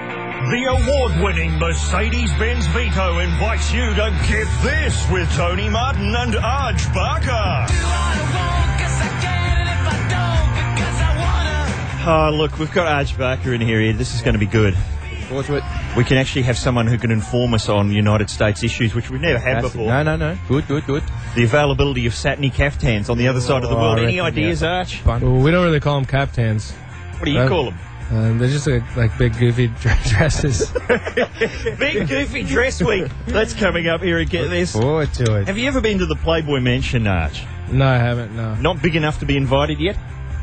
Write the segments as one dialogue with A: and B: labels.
A: The award-winning Mercedes-Benz Vito invites you to get this with Tony Martin and Arj Barker. Oh, look, we've got Arj Barker in here. This is going to be good.
B: Forward to it.
A: We can actually have someone who can inform us on United States issues, which we've never had
B: Fantastic.
A: before.
B: No, no, no. Good, good, good.
A: The availability of satiny caftans on the other side of the
B: Oh, I
A: world. Any
B: reckon,
A: ideas,
B: yeah.
A: Arch?
B: Fun.
C: Well, we don't really call them caftans.
A: What do you
C: Uh,
A: call them?
C: Um, they're just like, like big goofy dr- dresses.
A: Big Goofy Dress Week. That's coming up here at Get This.
B: Forward to it.
A: Have you ever been to the Playboy Mansion, Arch?
C: no, I haven't. No,
A: Not big enough to be invited yet?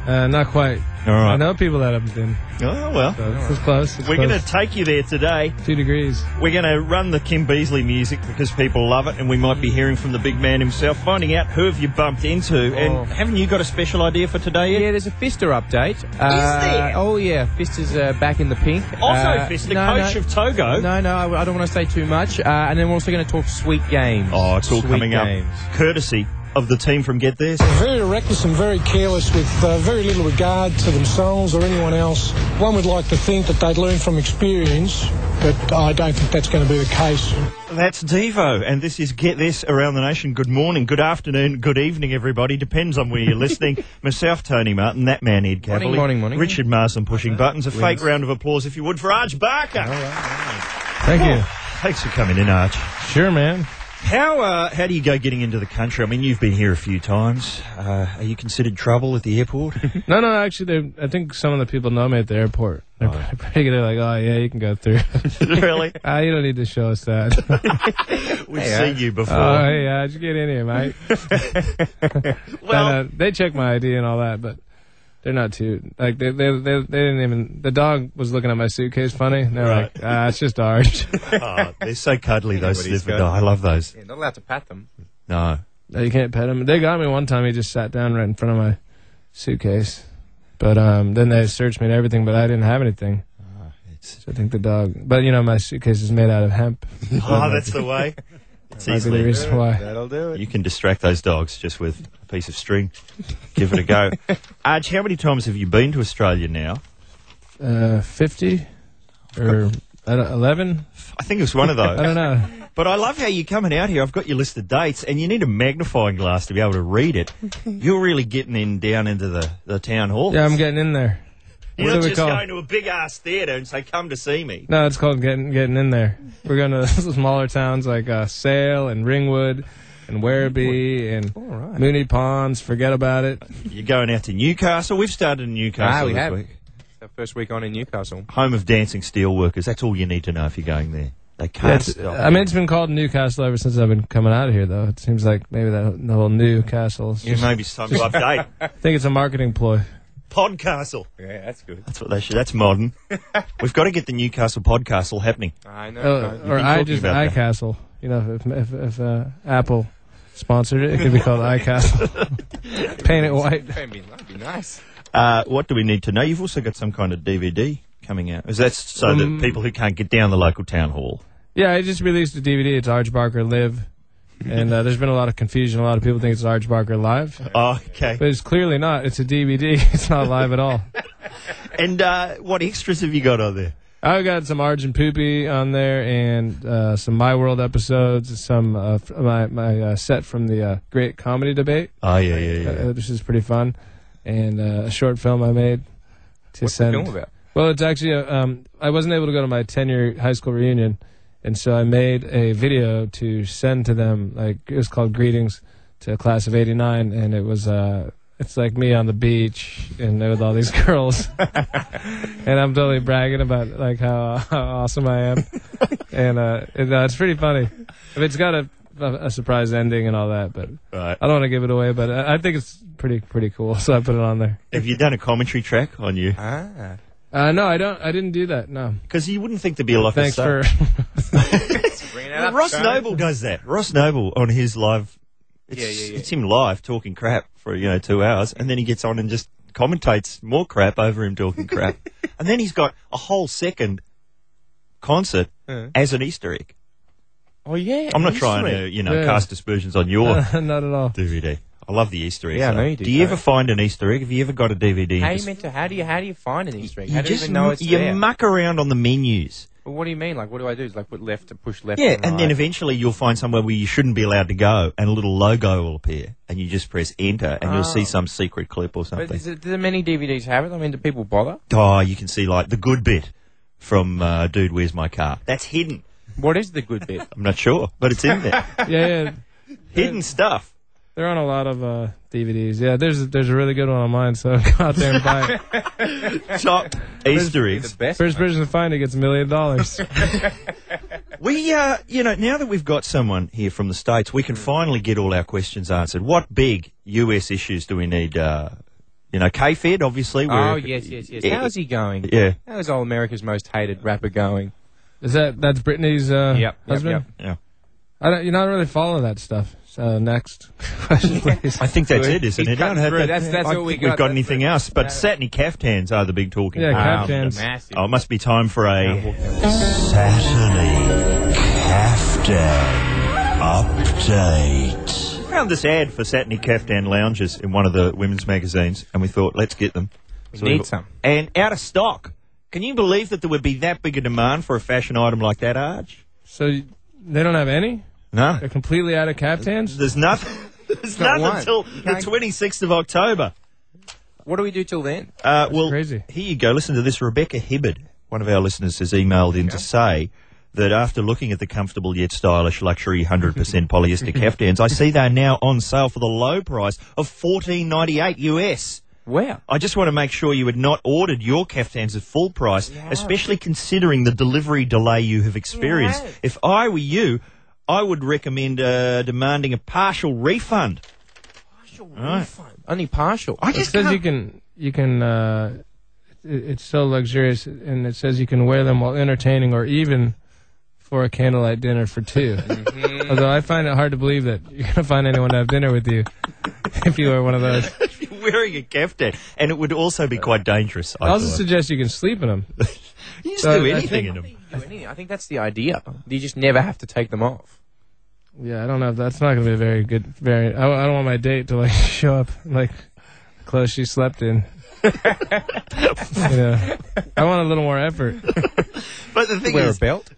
C: uh, not quite.
A: All right.
C: I know people that have been.
A: Oh, well.
C: So it's it's close. It's
A: We're
C: close.
A: going to take you there today.
C: two degrees.
A: We're going to run the Kim Beasley music because people love it, and we might be hearing from the big man himself, finding out who have you bumped into.
B: Oh.
A: And haven't you got a special idea for today yet?
B: Yeah, there's a Fister update. Uh,
A: there?
B: Oh yeah, Fister's uh, back in the pink.
A: Also,
B: uh,
A: Fister,
B: no,
A: coach
B: no.
A: of Togo.
B: No, no, I, I don't want to say too much. Uh, and then we're also going to talk sweet games.
A: Oh, it's all
B: Sweet
A: coming
B: games.
A: up, courtesy of the team from Get This.
D: very reckless and very careless with uh, very little regard to themselves or anyone else. One would like to think that they'd learn from experience, but I don't think that's going to be the case.
A: That's Devo, and this is Get This Around the Nation. Good morning, good afternoon, good evening, everybody. Depends on where you're listening. Myself, Tony Martin, that man, Ed Cavalier.
B: Morning, morning, morning. Uh,
A: Richard Marsden pushing buttons. A fake round of applause, if you would, for Arch Barker.
C: Thank you.
A: Thanks for coming in, Arch.
C: Sure, man.
A: How uh, how do you go getting into the country? I mean, you've been here a few times. Uh, are you considered trouble at the airport?
C: No, no. Actually, they- I think some of the people know me at the airport. They're pretty- pretty good. They're like, oh yeah, you can go through.
A: really?
C: Ah, you don't need to show us that.
A: We've seen you before.
C: oh hey, uh, just get in here, mate.
A: well,
C: No, no, they check my ID and all that, but they're not too like they they they, they didn't even. The dog was looking at my suitcase funny. and They're like, ah, it's just ours.
A: oh, they're so cuddly, those
B: Everybody's
A: Sliver.
B: got-
A: I love those.
B: Yeah, not allowed to pat them.
A: No.
C: No, you can't pet him. They got me one time. He just sat down right in front of my suitcase. But um, then they searched me and everything, but I didn't have anything.
A: Ah, it's-
C: So I think the dog. But you know, my suitcase is made out of hemp.
A: Oh, that's the way. It's
C: Might be the
A: easily.
C: reason why.
B: That'll do
A: You can distract those dogs just with a piece of string. Give it a go. Arch, how many times have you been to Australia now?
C: Uh, Fifty or eleven?
A: I think it's one of
C: I don't
A: those.
C: know.
A: but I love how you're coming out here. I've got your list of dates, and you need a magnifying glass to be able to read it. You're really getting in down into the, the town hall.
C: Yeah, I'm getting in there.
A: You're
C: what
A: not
C: do we
A: just
C: call it?
A: going to a big ass theatre and say, "Come to see me."
C: No, it's called getting getting in there. We're going to smaller towns like uh, Sale and Ringwood and Werribee and
B: right.
C: Mooney Ponds. Forget about it.
A: You're going out to Newcastle. We've started in Newcastle
B: Ah, we
A: this
B: have.
A: week.
B: It's our first week on in Newcastle.
A: Home of dancing steelworkers. That's all you need to know if you're going there. They can't
C: That's-
A: stop.
C: I mean, it's been called Newcastle ever since I've been coming out of here, though. It seems like maybe that the whole Newcastle.
A: you maybe it's time to update.
C: I think it's a marketing ploy.
A: Podcastle.
B: Yeah, that's good.
A: That's what they should. That's modern. We've got to get the Newcastle podcastle happening.
B: I know.
C: Uh,
A: been
C: or I
A: talking
C: just
A: about that.
C: iCastle. You know, if, if, if uh, Apple sponsored it, it could be called iCastle. Paint it white.
B: That'd be, that'd be nice.
A: Uh, what do we need to know? You've also got some kind of DVD coming out. Is that so that people who can't get down the local town hall?
C: Yeah, I just released a DVD. It's Arch Barker Live. And uh, there's been a lot of confusion. A lot of people think it's Arch Barker Live.
A: Oh, okay.
C: But it's clearly not. It's a DVD. It's not live at all.
A: And uh, what extras have you got on there?
C: I've got some Arjun Poopy on there and uh, some My World episodes, some uh, f- my my uh, set from the uh, Great Comedy Debate,
A: Oh yeah, yeah, yeah.
C: uh, which is pretty fun, and uh, a short film I made to
B: What's the
C: send.
B: film about?
C: Well, it's actually a, um, I wasn't able to go to my ten year high school reunion, and so I made a video to send to them. Like it was called Greetings to a Class of '89, and it was uh, it's like me on the beach and with all these girls, and I'm totally bragging about like how, how awesome I am, and uh, it, uh, it's pretty funny. I mean, it's got a a surprise ending and all that, but
A: Right.
C: I don't want to give it away. But I, I think it's pretty pretty cool, so I put it on there.
A: Have you done a commentary track on you?
B: Ah.
C: Uh, no, I don't. I didn't do that. No.
A: Because you wouldn't think there'd be a lot.
C: Thanks
A: of
C: for.
A: stuff.
B: Bringing it
A: Well,
B: up,
A: Ross
B: Sean.
A: Noble does that. Ross Noble on his live. It's,
B: Yeah, yeah, yeah.
A: it's him live talking crap for you know two hours, and then he gets on and just commentates more crap over him talking crap, and then he's got a whole second concert
B: Yeah.
A: as an Easter egg.
B: Oh, yeah.
A: I'm not trying to you know
C: Yeah. Uh.
A: cast aspersions on your
C: Not at all.
A: DVD. I love the Easter egg.
B: Yeah, I know you do,
A: Do you
B: don't
A: ever
B: you?
A: find an Easter egg? Have you ever got a DVD?
B: How
A: and
B: you
A: just-
B: meant to? How do you? How do you find an Easter egg?
A: you
B: How do you
A: just
B: even know
A: m-
B: it's
A: you
B: there?
A: muck around on the menus.
B: But what do you mean? Like, what do I do? Is like put left to push left.
A: Yeah,
B: and,
A: and then
B: right.
A: eventually you'll find somewhere where you shouldn't be allowed to go, and a little logo will appear, and you just press enter, and you'll see some secret clip or
B: Oh. But
A: something.
B: is it, do many DVDs have it? I mean, do people bother?
A: Oh, you can see like the good bit from uh, Dude, Where's My Car? That's hidden.
B: What is the good bit?
A: I'm not sure, but it's in there.
C: yeah, yeah.
A: hidden stuff.
C: They're on a lot of uh, DVDs. Yeah, there's there's a really good one on mine, so go out there and buy it.
A: Top Easter
B: the
A: eggs.
B: best.
C: First person to find it gets a million dollars.
A: We, uh, you know, now that we've got someone here from the States, we can finally get all our questions answered. What big US issues do we need? Uh, you know, K-Fed, obviously.
B: Oh
A: we're-
B: yes, yes, yes.
A: Yeah.
B: How's he going?
A: Yeah.
B: How's all America's most hated rapper going?
C: Is that that's Britney's uh, husband?
A: Yeah.
C: I don't, you know, I don't really follow that stuff. So next question, please.
A: I think that's
B: He's
A: it, isn't it?
B: cut
A: I don't have
B: through.
A: that-
B: That's- that's
A: I
B: all we
A: think
B: got.
A: We've got
B: That's
A: anything
B: it.
A: else? But satiny caftans are the big talking.
C: Yeah,
A: point.
C: caftans. Fans.
B: Massive.
A: Oh, it must be time for a
E: Saturday Caftan Update.
A: found this ad for satiny caftan lounges in one of the women's magazines, and we thought, let's get them. We
B: need some.
A: And out of stock. Can you believe that there would be that big a demand for a fashion item like that, Arch?
C: So you- they don't have any?
A: No.
C: They're completely out of caftans?
A: There's nothing. There's
B: Not
A: nothing
B: one.
A: until the 26th of October.
B: What do we do till then?
A: Uh, well,
C: crazy.
A: here you go. Listen to this. Rebecca Hibbard, one of our listeners, has emailed in to say that after looking at the comfortable yet stylish luxury 100% polyester caftans, I see they're now on sale for the low price of 14.98 US.
B: Where?
A: I just want to make sure you had not ordered your caftans at full price, especially considering the delivery delay you have experienced.
B: Yes.
A: If I were you, I would recommend uh, demanding a partial refund.
B: Only partial.
A: I
C: It
A: just
C: says
A: can't
C: you can, you can, uh, it, it's so luxurious and it says you can wear them while entertaining or even for a candlelight dinner for 2 Although I find it hard to believe that you're going to find anyone to have dinner with you if you wear one of those.
A: be wearing a caftan, and it would also be quite dangerous. I
C: I also
A: thought.
C: suggest you can sleep in them.
A: You just
C: So
A: do
C: I
A: anything
C: think-
A: in them.
B: Do anything. I think that's the idea. You just never have to take them off.
C: Yeah, I don't know. if That's not going to be a very good variant. I, I don't want my date to like show up in, like clothes she slept in. you know, I want a little more effort.
A: But the thing
B: Wear a
A: is,
B: belt?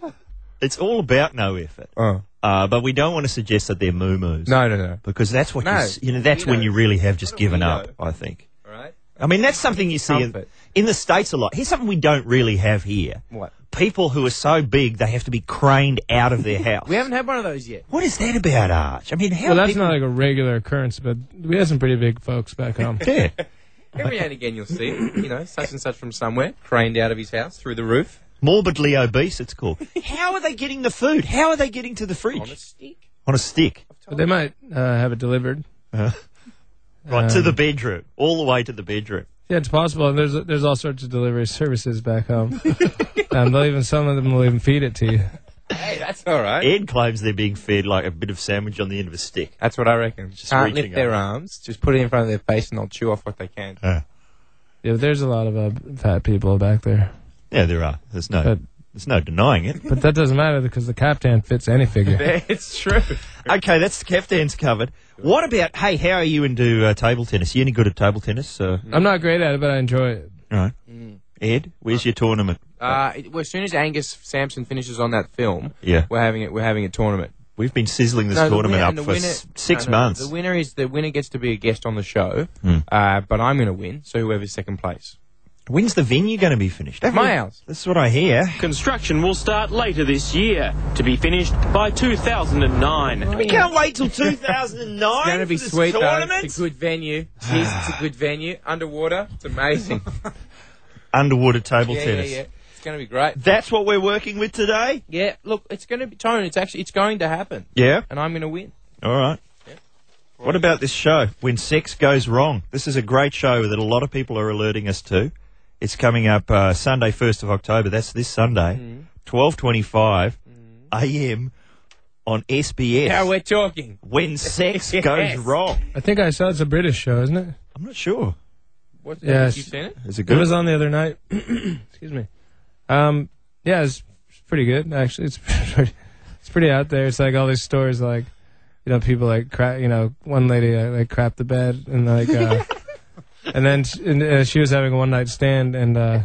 A: it's all about no effort.
B: Oh.
A: Uh, but we don't want to suggest that they're moo-moos.
B: No, no, no.
A: Because that's what you,
B: No.
A: s- you know, that's when
B: Weirdos.
A: you really have just
B: What a
A: given
B: weirdo.
A: up, I think.
B: All right.
A: I mean, that's something you see in,
B: Comfort.
A: in the States a lot. Here's something we don't really have here.
B: What?
A: People who are so big, they have to be craned out of their house.
B: We haven't had one of those yet.
A: what is that about, Arch? I mean, how
C: Well, that's
A: people-
C: not like a regular occurrence, but we had some pretty big folks back home.
A: Yeah.
B: Every now and again you'll see, it, you know, such and such from somewhere, craned out of his house through the roof
A: Morbidly obese, it's called. How are they getting the food? How are they getting to the fridge?
B: on a stick.
A: On a stick.
C: But they might uh, have it delivered.
A: Right,
C: Um,
A: to the bedroom. All the way to the bedroom.
C: Yeah, it's possible. And there's there's all sorts of delivery services back home. um, they'll even some of them will even feed it to you.
B: Hey, that's all right.
A: Ed claims they're being fed like a bit of sandwich on the end of a stick.
B: That's what I reckon. Just Can't
A: reaching
B: lift their
A: up.
B: arms. Just put it in front of their face and they'll chew off what they can.
C: Yeah, but there's a lot of uh, fat people back there,
A: Yeah, there are. There's no,
C: But-
A: there's no denying it.
C: but that doesn't matter because the captain fits any figure.
B: it's true.
A: okay, that's the caftans covered. What about? Hey, how are you into uh, table tennis? You any good at table tennis? Uh,
C: I'm not great at it, but I enjoy it.
A: right. Ed, where's your tournament?
B: Uh, it- well, as soon as Angus Sampson finishes on that film,
A: Yeah.
B: we're having it. We're having a tournament.
A: We've been sizzling this
B: the
A: tournament
B: win-
A: up
B: and the
A: for
B: winner-
A: s- six
B: no, no,
A: months. Hmm.
B: The winner is the winner gets to be a guest on the show, uh, but I'm going to win. So whoever's second place.
A: When's the venue going to be finished? Haven't
B: My
A: we-
B: house.
A: This is what I hear.
F: Construction will start later this year, to be finished by 2009.
A: We can't wait till
B: It's
A: 2009
B: going to be
A: for this
B: sweet though.
A: tournament.
B: It's a good venue. Jeez, it's a good venue. Underwater, it's amazing.
A: Underwater table
B: yeah, yeah,
A: tennis.
B: yeah. It's going to be great.
A: That's what we're working with today.
B: Yeah, look, it's going to be Tone. It's actually it's going to happen,
A: Yeah.
B: and I'm going to win.
A: All right. What about this show, When Sex Goes Wrong? This is a great show that a lot of people are alerting us to. It's coming up uh, Sunday, 1st of October. That's this Sunday, 12.25 a.m. on SBS.
B: Now we're talking.
A: when Sex
B: Yes.
A: Goes Wrong.
C: I think I saw it's a British show, isn't it?
A: I'm not sure.
B: What?
C: Yes.
B: You seen it?
A: Is it
C: It
A: good?
C: was on the other night. Excuse me. Um, yeah, it's it's pretty good actually. It's pretty, it's pretty out there. It's like all these stories, like you know, people like crap. You know, one lady uh, like crapped the bed and like, uh, and then she, and, uh, she was having a one night stand and uh,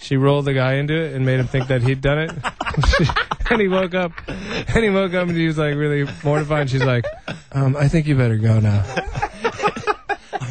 C: She rolled the guy into it and made him think that he'd done it. and he woke up, and he woke up, and he was like really mortified. And she's like, um, "I think you better go now."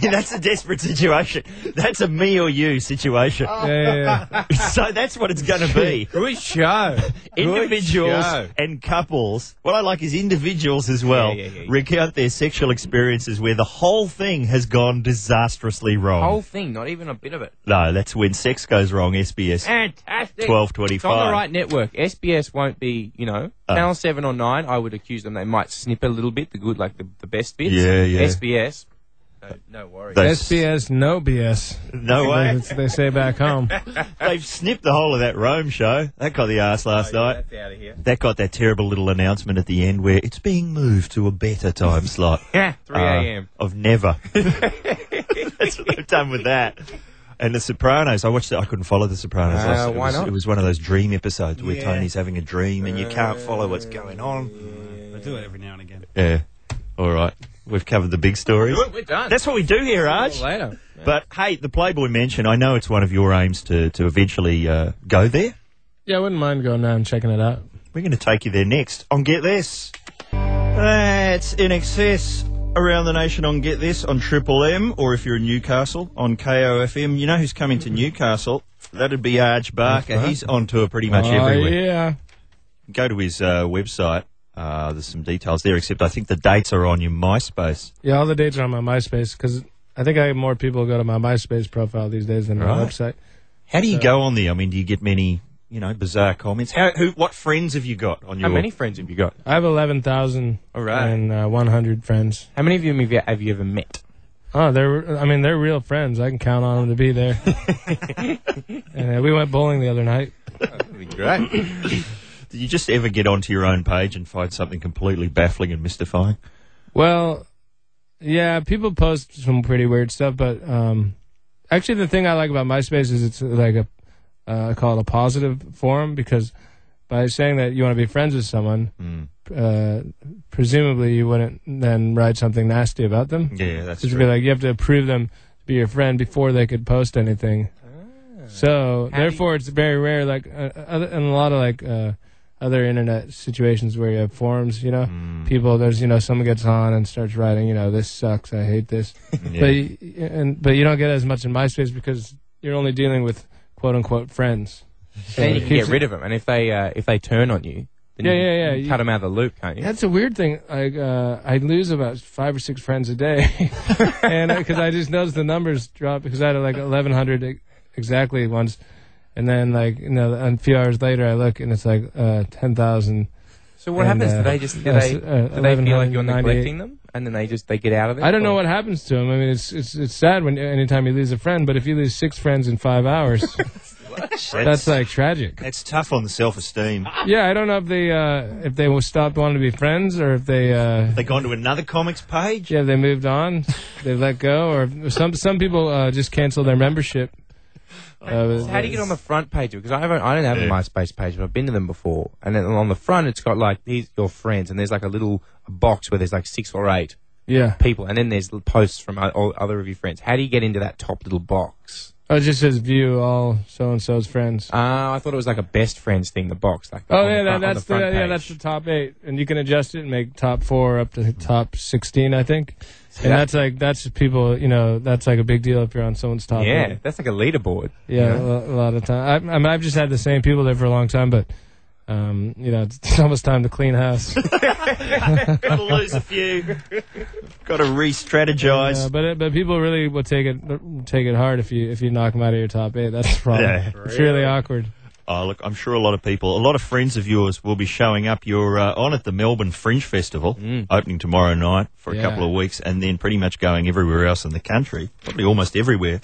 A: that's a desperate situation. That's a me or you situation.
C: Yeah, yeah, yeah.
A: So that's what it's going to be.
B: Good show.
A: Individuals
B: show.
A: and couples. What I like is individuals as well
B: Yeah, yeah, yeah, yeah.
A: recount their sexual experiences where the whole thing has gone disastrously wrong.
B: Whole thing, not even a bit of it.
A: No, that's when sex goes wrong. SBS
B: Fantastic.
A: twelve
B: It's on the
A: twenty-five.
B: right network. SBS won't be, you know,
C: Uh.
B: Channel 7 or 9, I would accuse them. They might snip a little bit, the good, like the, the best bits.
A: Yeah, yeah.
B: SBS. No, no worries.
A: They-
C: SBS, no BS.
A: No way.
C: That's what they say back home.
A: They've snipped the whole of that Rome show. That got the arse last night.
B: That's out of here.
A: That got that terrible little announcement at the end where it's being moved to a better time slot.
B: Yeah, 3 a.m.
A: Uh, of never. That's what they've done with that. And The Sopranos. I watched it. I couldn't follow The Sopranos. last
B: Uh,
A: night. it
B: why
A: was,
B: not? Uh,
A: It was one of those dream episodes where Tony's having a dream and you can't follow what's going on.
G: I do it every now and again.
A: Yeah. All right. We've covered the big stories.
B: Good, we're done.
A: That's what we do here, Arj.
B: later.
A: But hey, the Playboy Mansion. I know it's one of your aims to to eventually uh, go there.
C: Yeah, I wouldn't mind going now and checking it out.
A: We're going to take you there next on Get This. That's in excess around the nation on Get This on Triple M, or if you're in Newcastle on KOFM. You know who's coming to Newcastle? That'd be Arj Barker. He's on tour pretty much
C: Oh,
A: everywhere.
C: yeah.
A: Go to his uh, website. Uh, there's some details there, except I think the dates are on your MySpace.
C: Yeah, all the dates are on my MySpace because I think I have more people go to my MySpace profile these days than my
A: Right.
C: website.
A: How do you go on there? I mean, do you get many, you know, bizarre comments? How, who, what friends have you got on your?
B: How many friends have you got?
C: I have 11,000
B: All right.
C: and uh, 100 friends.
B: How many of you have you, have you ever met?
C: Oh, they're, I mean, they're real friends. I can count on them to be there. and uh, we went bowling the other night.
B: Great.
A: Do you just ever get onto your own page and find something completely baffling and mystifying?
C: Well, yeah, people post some pretty weird stuff, but um, actually, the thing I like about MySpace is it's like a uh, I call it a positive forum because by saying that you want to be friends with someone, uh, presumably you wouldn't then write something nasty about them.
A: Yeah, that's
C: It should be like you have to approve them to be your friend before they could post anything. So
B: do
C: therefore, it's very rare. Like uh, other, in a lot of like uh, other internet situations where you have forums, you know, people there's you know someone gets on and starts writing, you know, this sucks, I hate this. But you, and but you don't get as much in MySpace because you're only dealing with quote unquote friends. So
B: then
C: it
B: you can get
C: keeps it-
B: rid of them. And if they, uh, if they turn on you, then
C: Yeah,
B: you,
C: yeah, yeah.
B: you cut them out of the loop, can't you?
C: That's a weird thing. Like uh, I lose about five or six friends a day, and because I just noticed the numbers drop because I had like eleven hundred e- exactly once, and then like you know a few hours later I look and it's like uh, ten thousand.
B: So what
C: And,
B: happens? do
C: uh,
B: they just do
C: uh,
B: they,
C: uh,
B: do they feel like you're
C: 1198.
B: neglecting them, and then they just they get out of it?
C: I don't know
B: Or-
C: what happens to them. I mean, it's it's it's sad when anytime you lose a friend, but if you lose six friends in five hours,
A: that's,
C: that's like tragic.
A: that's tough on the self-esteem.
C: Yeah, I don't know if they uh, if they stopped wanting to be friends or if they. Uh,
A: They gone to another comics page.
C: Yeah, they moved on. They let go, or some some people uh, just cancel their membership. Uh,
B: How do you get on the front page? Because I haven't, I don't have a MySpace page, but I've been to them before. And then on the front, it's got like these your friends, and there's like a little box where there's like six or eight
C: yeah,
B: people, and then there's l- posts from o- all other of your friends. How do you get into that top little box?
C: oh, it just says view all so and so's friends.
B: Uh, I thought it was like a best friends thing, the box. Like
C: Oh
B: on the
C: yeah, that,
B: front, on
C: that's the,
B: front
C: yeah
B: page.
C: that's the top eight, and you can adjust it and make top four up to top sixteen, I think. And
B: that-
C: that's like that's just people, you know, that's like a big deal if you're on someone's top.
B: yeah,
C: eight.
B: that's like a leaderboard.
C: yeah, a lo- a lot of time. I, I mean, I've just had the same people there for a long time, but um, you know, it's, it's almost time to clean house.
A: Got to lose a few. Got to re-strategize.
C: Uh, but it, but people really will take it take it hard if you if you knock them out of your top eight. That's the problem.
A: Yeah.
C: It's really awkward.
A: Oh, look, I'm sure a lot of people, a lot of friends of yours will be showing up. You're uh, on at the Melbourne Fringe Festival, opening tomorrow night for a
C: Yeah.
A: couple of weeks, and then pretty much going everywhere else in the country, probably almost everywhere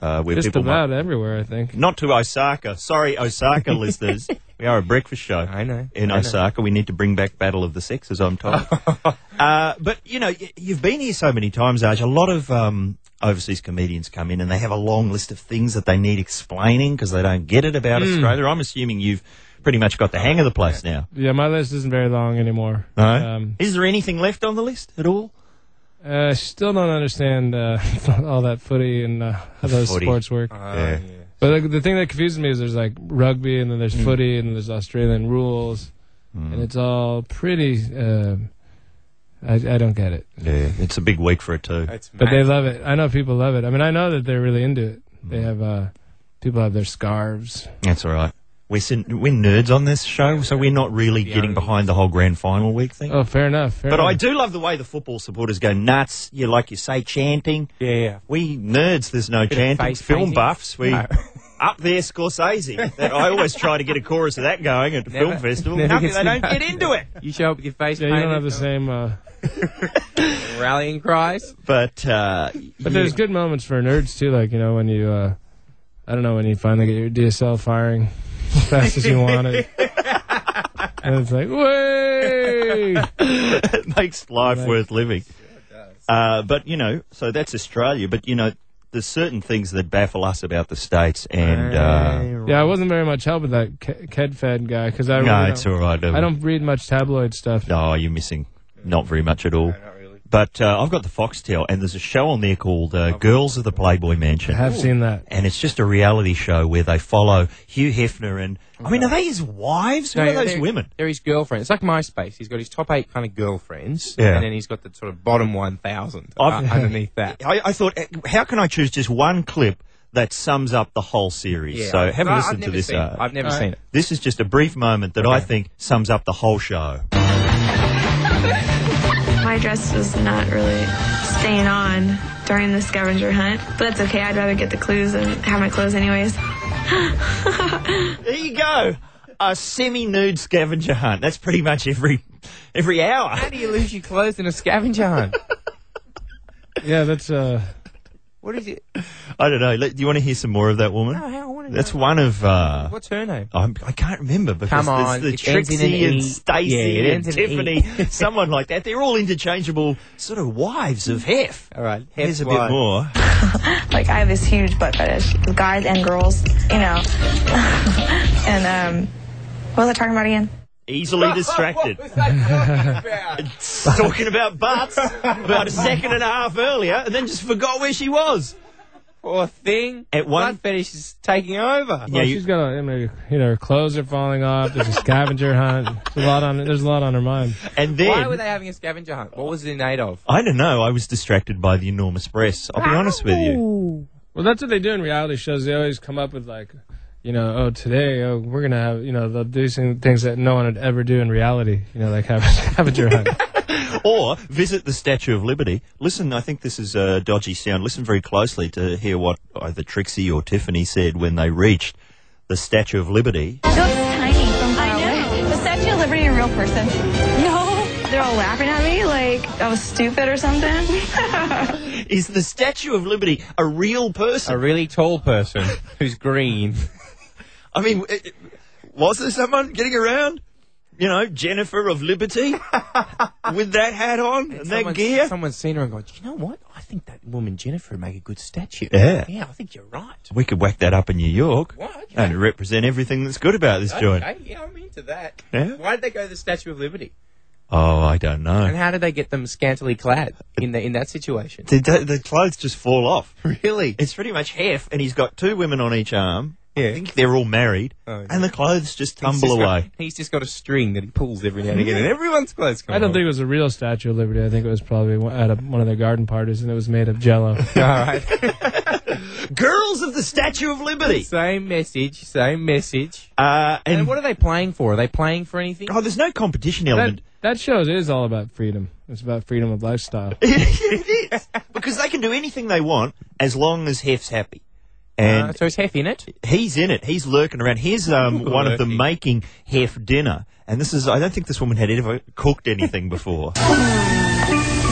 A: uh, where
C: Just
A: people might-
C: about everywhere, I think.
A: Not to Osaka. Sorry, Osaka listeners. We are a breakfast show.
B: I know.
A: In
B: I know.
A: Osaka, we need to bring back Battle of the Sexes, I'm told. uh, but, you know, y- you've been here so many times, Arj. A lot of um, overseas comedians come in and they have a long list of things that they need explaining because they don't get it about
B: Hmm.
A: Australia. I'm assuming you've pretty much got the hang of the place now.
C: Yeah, my list isn't very long anymore.
A: No?
C: Um,
A: Is there anything left on the list at all?
C: uh, still don't understand uh, all that footy and uh, how those
A: Footy. Uh-huh.
C: sports work.
B: Uh, yeah.
C: But like, the thing that confuses me is there's like rugby and then
A: Mm.
C: there's footy and then there's Australian rules, and it's all pretty. um I, I don't get it,
A: Yeah, it's a big week for it too.
B: It's
C: but they
B: mad.
C: love it. I know people love it. I mean, I know that they're really into it. They
A: Mm.
C: have uh, people have their scarves.
A: That's all right. We're sin- we're nerds on this show, so we're not really
B: The
A: getting
B: only-
A: behind the whole grand final week thing.
C: Oh, fair enough. Fair
A: But
C: enough.
A: I do love the way the football supporters go nuts. You like you say chanting.
B: Yeah, yeah.
A: We nerds, there's no
B: of
A: chanting.
B: face
A: Film
B: painting.
A: buffs, we
B: No.
A: up there Scorsese. That- I always try to get a chorus of that going at the
B: Never-
A: film festival.
B: never
A: Nothing,
B: gets
A: they don't
B: enough.
A: get into it.
B: You show up with your face
C: Yeah, you don't have the
B: painted,
C: same. Uh,
B: rallying cries.
A: But uh,
C: but there's good moments for nerds too. Like you know when you, uh, I don't know when you finally get your DSL firing as fast as you want it, and it's like, way.
A: it makes life
C: Right.
A: worth living. Uh, but you know, so that's Australia. But you know, there's certain things that baffle us about the states, and uh,
C: Yeah, I wasn't very much help with that Ke- Kedfed guy because I really
A: no,
C: don't,
A: it's all right.
C: I don't read much tabloid stuff.
A: No, Oh, you're missing not very much at all. But uh, I've got the Foxtel, and there's a show on there called uh, Girls of the Playboy Mansion.
C: I have seen that.
A: and it's just a reality show where they follow Hugh Hefner and I mean, are they his wives? Who
B: No,
A: are those
B: they're-
A: women?
B: They're his girlfriends. It's like MySpace. He's got his top eight kind of girlfriends,
A: Yeah.
B: and then he's got the sort of bottom one thousand uh,
A: I've-
B: underneath that.
A: I, I thought, eh, how can I choose just one clip that sums up the whole series?
B: Yeah.
A: so have a
B: I- I've
A: listen to
B: never
A: this.
B: seen
A: Uh,
B: it. I've never
C: All right.
B: seen it.
A: this is just a brief moment that I think sums up the whole show.
G: My dress was not really staying on during the scavenger hunt, but that's okay. I'd rather get the clues and have my clothes anyways.
A: There you go. A semi-nude scavenger hunt. That's pretty much every every hour.
B: How do you lose your clothes in a scavenger hunt?
C: Yeah, that's uh,
B: what is it?
A: I don't know. Let- Do you want to hear some more of that woman?
B: No, hang on, Oh, I wanna
A: That's
B: know.
A: one of. Uh,
B: What's her name?
A: I'm, I can't remember because
B: Come
A: there's
B: on,
A: the
B: it ends in an
A: Trixie and
B: E.
A: Stacey
B: Yeah, it
A: and
B: ends in an E.
A: Tiffany, someone like that. They're all interchangeable sort of wives of Hef.
B: All right,
A: Here's
B: Oh, Hef's
A: a bit
B: wife.
A: more.
H: Like I have this huge butt fetish, guys and girls, you know. and um, what was I talking about again?
A: Easily distracted. talking about butts about a second and a half earlier, and then just forgot where she was.
B: Poor thing.
A: At one-
B: Blood fetish is taking
A: yeah,
B: over.
C: well,
A: you-
C: she's got. a- I mean, you know, her clothes are falling off. There's a scavenger hunt. There's a lot on. There's a lot on her mind.
A: and
B: Why
A: then
B: were they having a scavenger hunt? What was it in aid of?
A: I don't know. I was distracted by the enormous breasts. I'll be honest with you.
C: Well, that's what they do in reality shows. They always come up with like, you know, oh today, oh we're gonna have, you know, they'll do some things that no one would ever do in reality. You know, like have a scavenger hunt.
A: Or visit the Statue of Liberty. Listen, I think this is a dodgy sound. Listen very closely to hear what either Trixie or Tiffany said when they reached the Statue of Liberty.
H: She looks tiny from far
G: I know.
H: away. Was Statue of Liberty a real person? No.
G: They're all laughing at me like I was stupid or something.
A: Is the Statue of Liberty a real person?
B: A really tall person who's green.
A: I mean, it- it- was there someone getting around? You know, Jennifer of Liberty with that hat on and that
B: Someone's-
A: gear.
B: Someone's seen her and gone, you know what? I think that woman Jennifer would make a good statue.
A: Yeah.
B: Yeah, I think you're right.
A: We could whack that up in New York
B: What? Okay.
A: and represent everything that's good about this joint.
B: Okay, yeah, I'm into that.
A: Yeah?
B: Why did they go to the Statue of Liberty?
A: Oh, I don't know.
B: And how did they get them scantily clad in the in that situation?
A: The, the, the clothes just fall off.
B: Really?
A: It's pretty much half, and he's got two women on each arm. I
B: Yeah.
A: think they're all married,
B: Oh, yeah.
A: and the clothes just
B: He's
A: tumble
B: just got-
A: away.
B: he's just got a string that he pulls every now and again, and everyone's clothes come
C: I don't
B: off.
C: think it was a real Statue of Liberty. I think it was probably one- at a, one of their garden parties, and it was made of Jello.
B: All right.
A: Girls of the Statue of Liberty.
B: same message, same message.
A: Uh, and
B: And what are they playing for? Are they playing for anything?
A: oh, there's no competition
C: that
A: element.
C: that show is all about freedom. It's about freedom of lifestyle.
A: it is because they can do anything they want as long as Hef's happy, and
B: Uh, so is Hef in it?
A: he's in it. He's lurking around. Here's um, one of them
B: Lurking.
A: making Hef dinner, and this is—I don't think this woman had ever cooked anything before.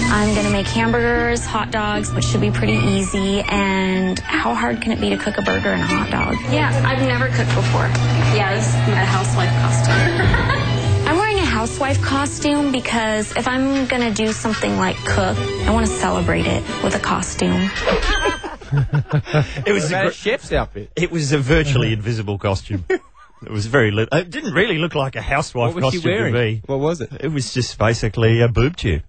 I: I'm gonna make hamburgers, hot dogs, which should be pretty easy. And how hard can it be to cook a burger and a hot dog? Yeah, I've never cooked before. Yeah, this is a housewife costume. I'm wearing a housewife costume because if I'm gonna do something like cook, I want to celebrate it with a costume.
A: it was a
B: About
A: gr-
B: a chef's outfit.
A: It was a virtually invisible costume. It was very lit. It didn't really look like a housewife
B: What was she
A: costume to
B: wearing?
A: me.
B: What was it?
A: It was just basically a boob tube.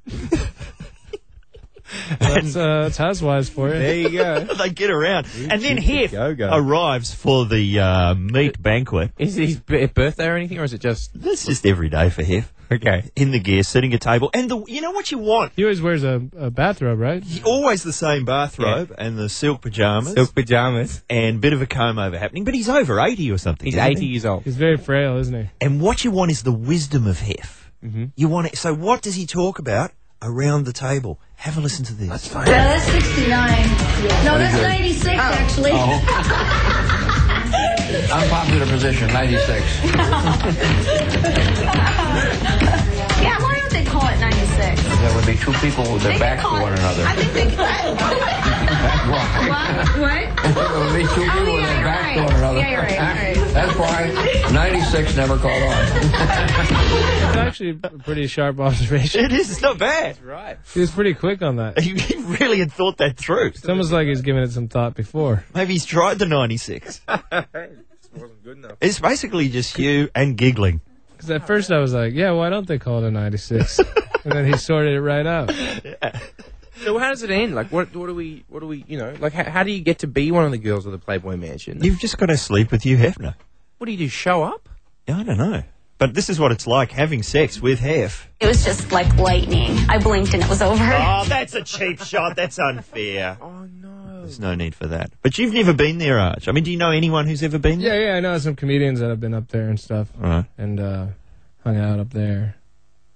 C: That's, uh, that's housewives for you.
B: There you go.
A: they get around. And then Hef
B: go-go.
A: arrives for the uh, meat banquet.
B: Is it his b- birthday or anything, or is it just
A: That's just every day for Hef.
B: okay?
A: In the gear, sitting at table. And the you know what you want?
C: He always wears a, a bathrobe, right?
A: Always the same bathrobe and the silk pajamas
B: Silk pajamas.
A: and bit of a comb over happening. But he's over 80 or something.
B: He's
A: isn't he?
B: eighty years old.
C: He's very frail, isn't he?
A: And what you want is the wisdom of Hef. Mm-hmm. You want it. So what does he talk about around the table? Have a listen to this.
J: that's 69. No, that's 96, actually.
E: Unpopular position, 96.
J: Yeah, why don't they call it 96?
E: That would be two people with their back to one another.
J: I think they. what? What? Oh,
E: That would be two people with
J: yeah,
E: their
J: you're
E: back to
J: right.
E: one another.
J: Yeah, you're right, you're right.
E: That's why 96 never caught on.
C: It's actually a pretty sharp observation.
A: It is. It's not bad.
C: He was pretty quick on that.
A: He really had thought that through.
C: It's almost like he's given it some thought before.
A: Maybe he's tried the 96.
B: Wasn't good enough.
A: It's basically just you and giggling.
C: Because at first I was like, yeah, why don't they call it a 96? and then he sorted it right out.
B: So how does it end? Like, what, what do we, what do we, you know, like, how, how do you get to be one of the girls of the Playboy Mansion?
A: You've just got to sleep with you, Hefner.
B: what do you do? Show up?
A: I don't know. But this is what it's like having sex with Hef.
I: It was just like lightning. I blinked and it was over.
A: Oh, that's a cheap shot. That's unfair.
B: Oh no!
A: There's no need for that. But you've never been there, Arch. I mean, do you know anyone who's ever been there?
C: Yeah, yeah, I know some comedians that have been up there and stuff
A: Right.
C: and uh, hung out up there.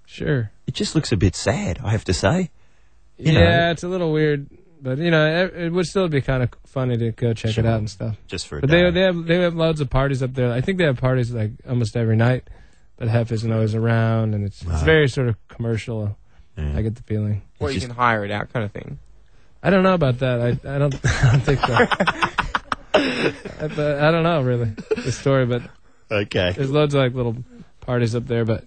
C: Sure.
A: It just looks a bit sad, I have to say. You know.
C: yeah, it's a little weird, but you know, e, it, it would still be kind of funny to go check
A: Sure.
C: it out and stuff.
A: Just for a
C: But
A: day.
C: they they have they have loads of parties up there. I think they have parties like almost every night, but Hef isn't always around, and it's it's very sort of commercial.
A: Yeah.
C: I get the feeling.
B: Or you
A: just-
B: can hire it out, kind of thing.
C: I don't know about that. I I don't I don't think so. I, but I don't know really the story, but
A: Okay.
C: there's loads of like little parties up there, but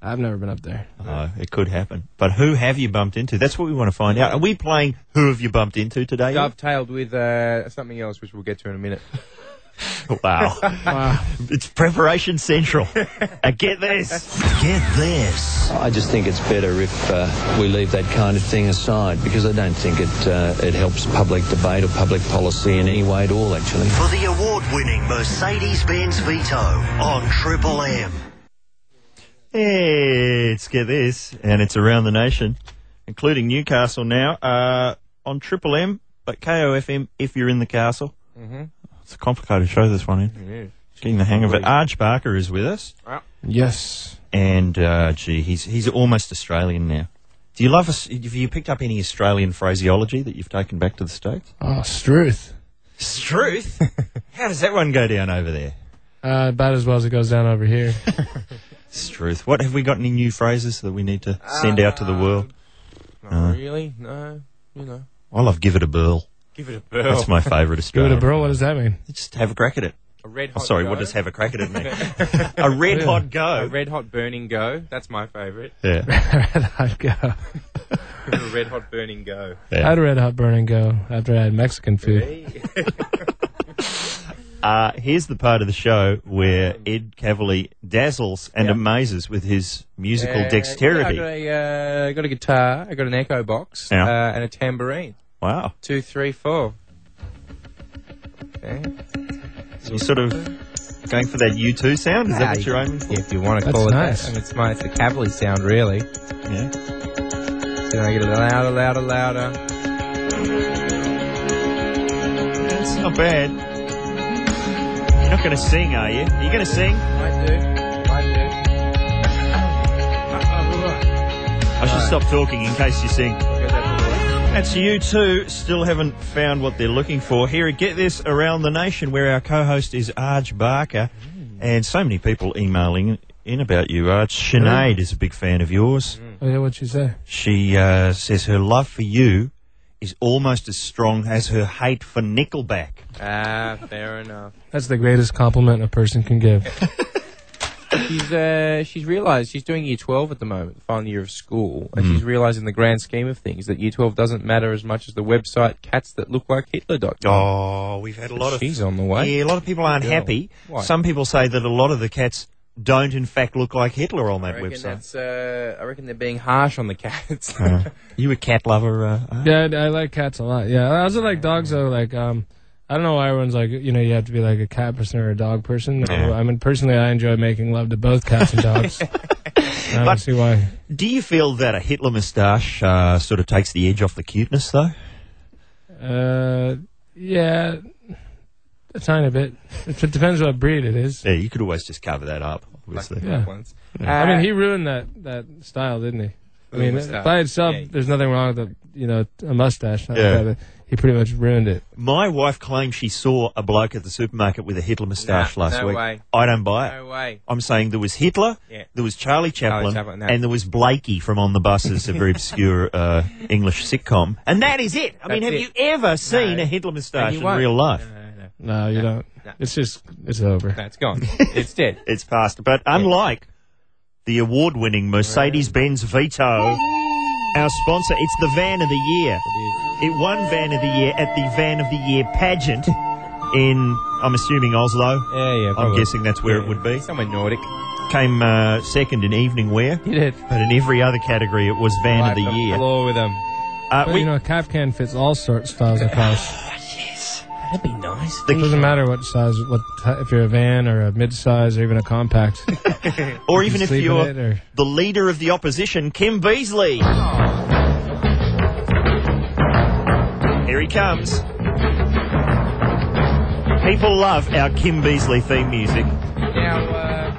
C: I've never been up there.
A: Oh, it could happen. But who have you bumped into? That's what we want to find out. Are we playing Who Have You Bumped Into today?
B: Dovetailed with uh, something else, which we'll get to in a minute.
A: Wow.
C: Wow.
A: it's preparation central. Uh, get this.
E: Get this.
K: I just think it's better if uh, we leave that kind of thing aside because I don't think it uh, it helps public debate or public policy in any way at all. Actually,
E: For the award winning Mercedes Benz Vito on Triple M.
A: It's get this. And it's around the nation, including Newcastle now, uh, on Triple M, but KOFM if you're in the castle. Mm-hmm. It's a complicated show, this one, in. Getting the hang of it. Arch Barker is with us.
C: Yes.
A: And, uh, gee, he's, he's almost Australian now. Do you love us? Have you picked up any Australian phraseology that you've taken back to the States?
C: Oh, Struth.
A: Struth? How does that one go down over there?
C: Uh, about as well as it goes down over here.
A: Struth. What have we got any new phrases that we need to send out to
B: Uh,
A: the world?
B: Not
A: Uh.
B: really? No. You know.
A: I love give it a burl.
B: Give it a burl.
A: That's my favourite
C: Give it
A: Australian.
C: a bro. What does that mean?
A: Just have a crack at it.
B: A red
A: Oh,
B: hot.
A: sorry,
B: go.
A: what does have a crack at it mean? a red hot
B: A
A: go.
B: red hot burning go. That's my favorite.
A: Yeah.
C: Red hot go.
B: a red hot burning go.
A: yeah.
C: I had red hot burn and go after I had Mexican food.
A: Uh, here's the part of the show where Ed Cavalier dazzles and
B: Yeah.
A: amazes with his musical
B: Uh,
A: dexterity.
B: yeah, I got, a, uh, I got a guitar. I got an echo box.
A: Yeah.
B: Uh, and a tambourine.
A: Wow.
B: Two, three, four. Okay.
A: So you're sort of going for that U2 sound? Is that
B: Ah,
A: what you're aiming for?
B: If you want to
C: That's
B: call it
C: nice.
B: that. And it's my it's the Cavalier sound really.
A: Yeah.
B: Then I get it louder, louder, louder.
A: It's not bad. You're not going to sing, are you? Are you going to sing?
B: Might do. Might do.
A: I should stop talking in case you sing.
B: Okay, that's all.
A: That's you two. Still haven't found what they're looking for. Here at Get This Around the Nation, where our co-host is Arj Barker, and so many people emailing in about you, Arj. Sinead is a big fan of yours.
C: Oh, yeah, what'd you say?
A: She uh, says her love for you is almost as strong as her hate for Nickelback.
B: Ah, fair enough.
C: That's the greatest compliment a person can give.
B: She's uh, she's realised she's doing Year Twelve at the moment, the final year of school,
A: Hmm.
B: and she's realised in the grand scheme of things that Year Twelve doesn't matter as much as the website cats that look like Hitler. dot com.
A: Oh, we've had a lot of
B: she's on the way.
A: Yeah, a lot of people aren't happy.
B: Why?
A: Some people say that a lot of the cats don't in fact look like Hitler on that
B: I reckon,
A: website.
B: that's, uh, I reckon they're being harsh on the cats.
A: Uh, you a cat lover? Uh, uh?
C: Yeah, I, I like cats a lot. Yeah, I also like dogs though. Like, um, I don't know why everyone's like, you know, you have to be like a cat person or a dog person.
A: Yeah.
C: I mean, personally, I enjoy making love to both cats and dogs. I don't
A: But-
C: see why.
A: Do you feel that a Hitler moustache uh, sort of takes the edge off the cuteness, though?
C: Uh, yeah, a tiny bit. It it depends what breed it is.
A: Yeah, you could always just cover that up, obviously.
C: Yeah. I mean, he ruined that, that style, didn't he? I
B: Ruined
C: mean,
B: the style.
C: by itself, there's nothing wrong with a, you know a mustache.
A: Yeah.
C: But He pretty much ruined it.
A: My wife claimed she saw a bloke at the supermarket with a Hitler moustache
B: Nah,
A: last
B: no
A: week.
B: way.
A: I don't buy it.
B: No way.
A: I'm saying there was Hitler,
B: Yeah.
A: there was Charlie Chaplin,
B: Chaplin, no.
A: and there was Blakey from On the Buses, a very obscure uh, English sitcom. And that is it. I mean, have
B: That's
A: you
B: it.
A: ever seen
B: No.
A: a Hitler moustache
B: you
A: in
B: won't.
A: real life?
C: No, you don't. It's just it's over.
B: That's gone. it's dead.
A: It's past. But unlike the award winning Mercedes Benz Vito, our sponsor, it's the van of the year. It won van of the year at the van of the year pageant in, I'm assuming, Oslo.
B: Yeah, yeah.
A: I'm
B: probably.
A: guessing that's where it would be.
B: Somewhere Nordic.
A: Came uh, second in evening wear,
B: He did.
A: but in every other category, it was van of the
B: Wiped
A: year.
B: floor with him.
A: Uh,
C: But,
A: we-
C: you know, a cap can fits all sorts styles of cars.
B: That'd be nice.
C: It doesn't matter what size, what ti- if you're a van or a mid-size or even a compact.
A: or even if
C: sleep in
A: you're
C: it, or-
A: the leader of the opposition, Kim Beazley. Here he comes. People love our Kim Beazley theme music.
B: Now, uh,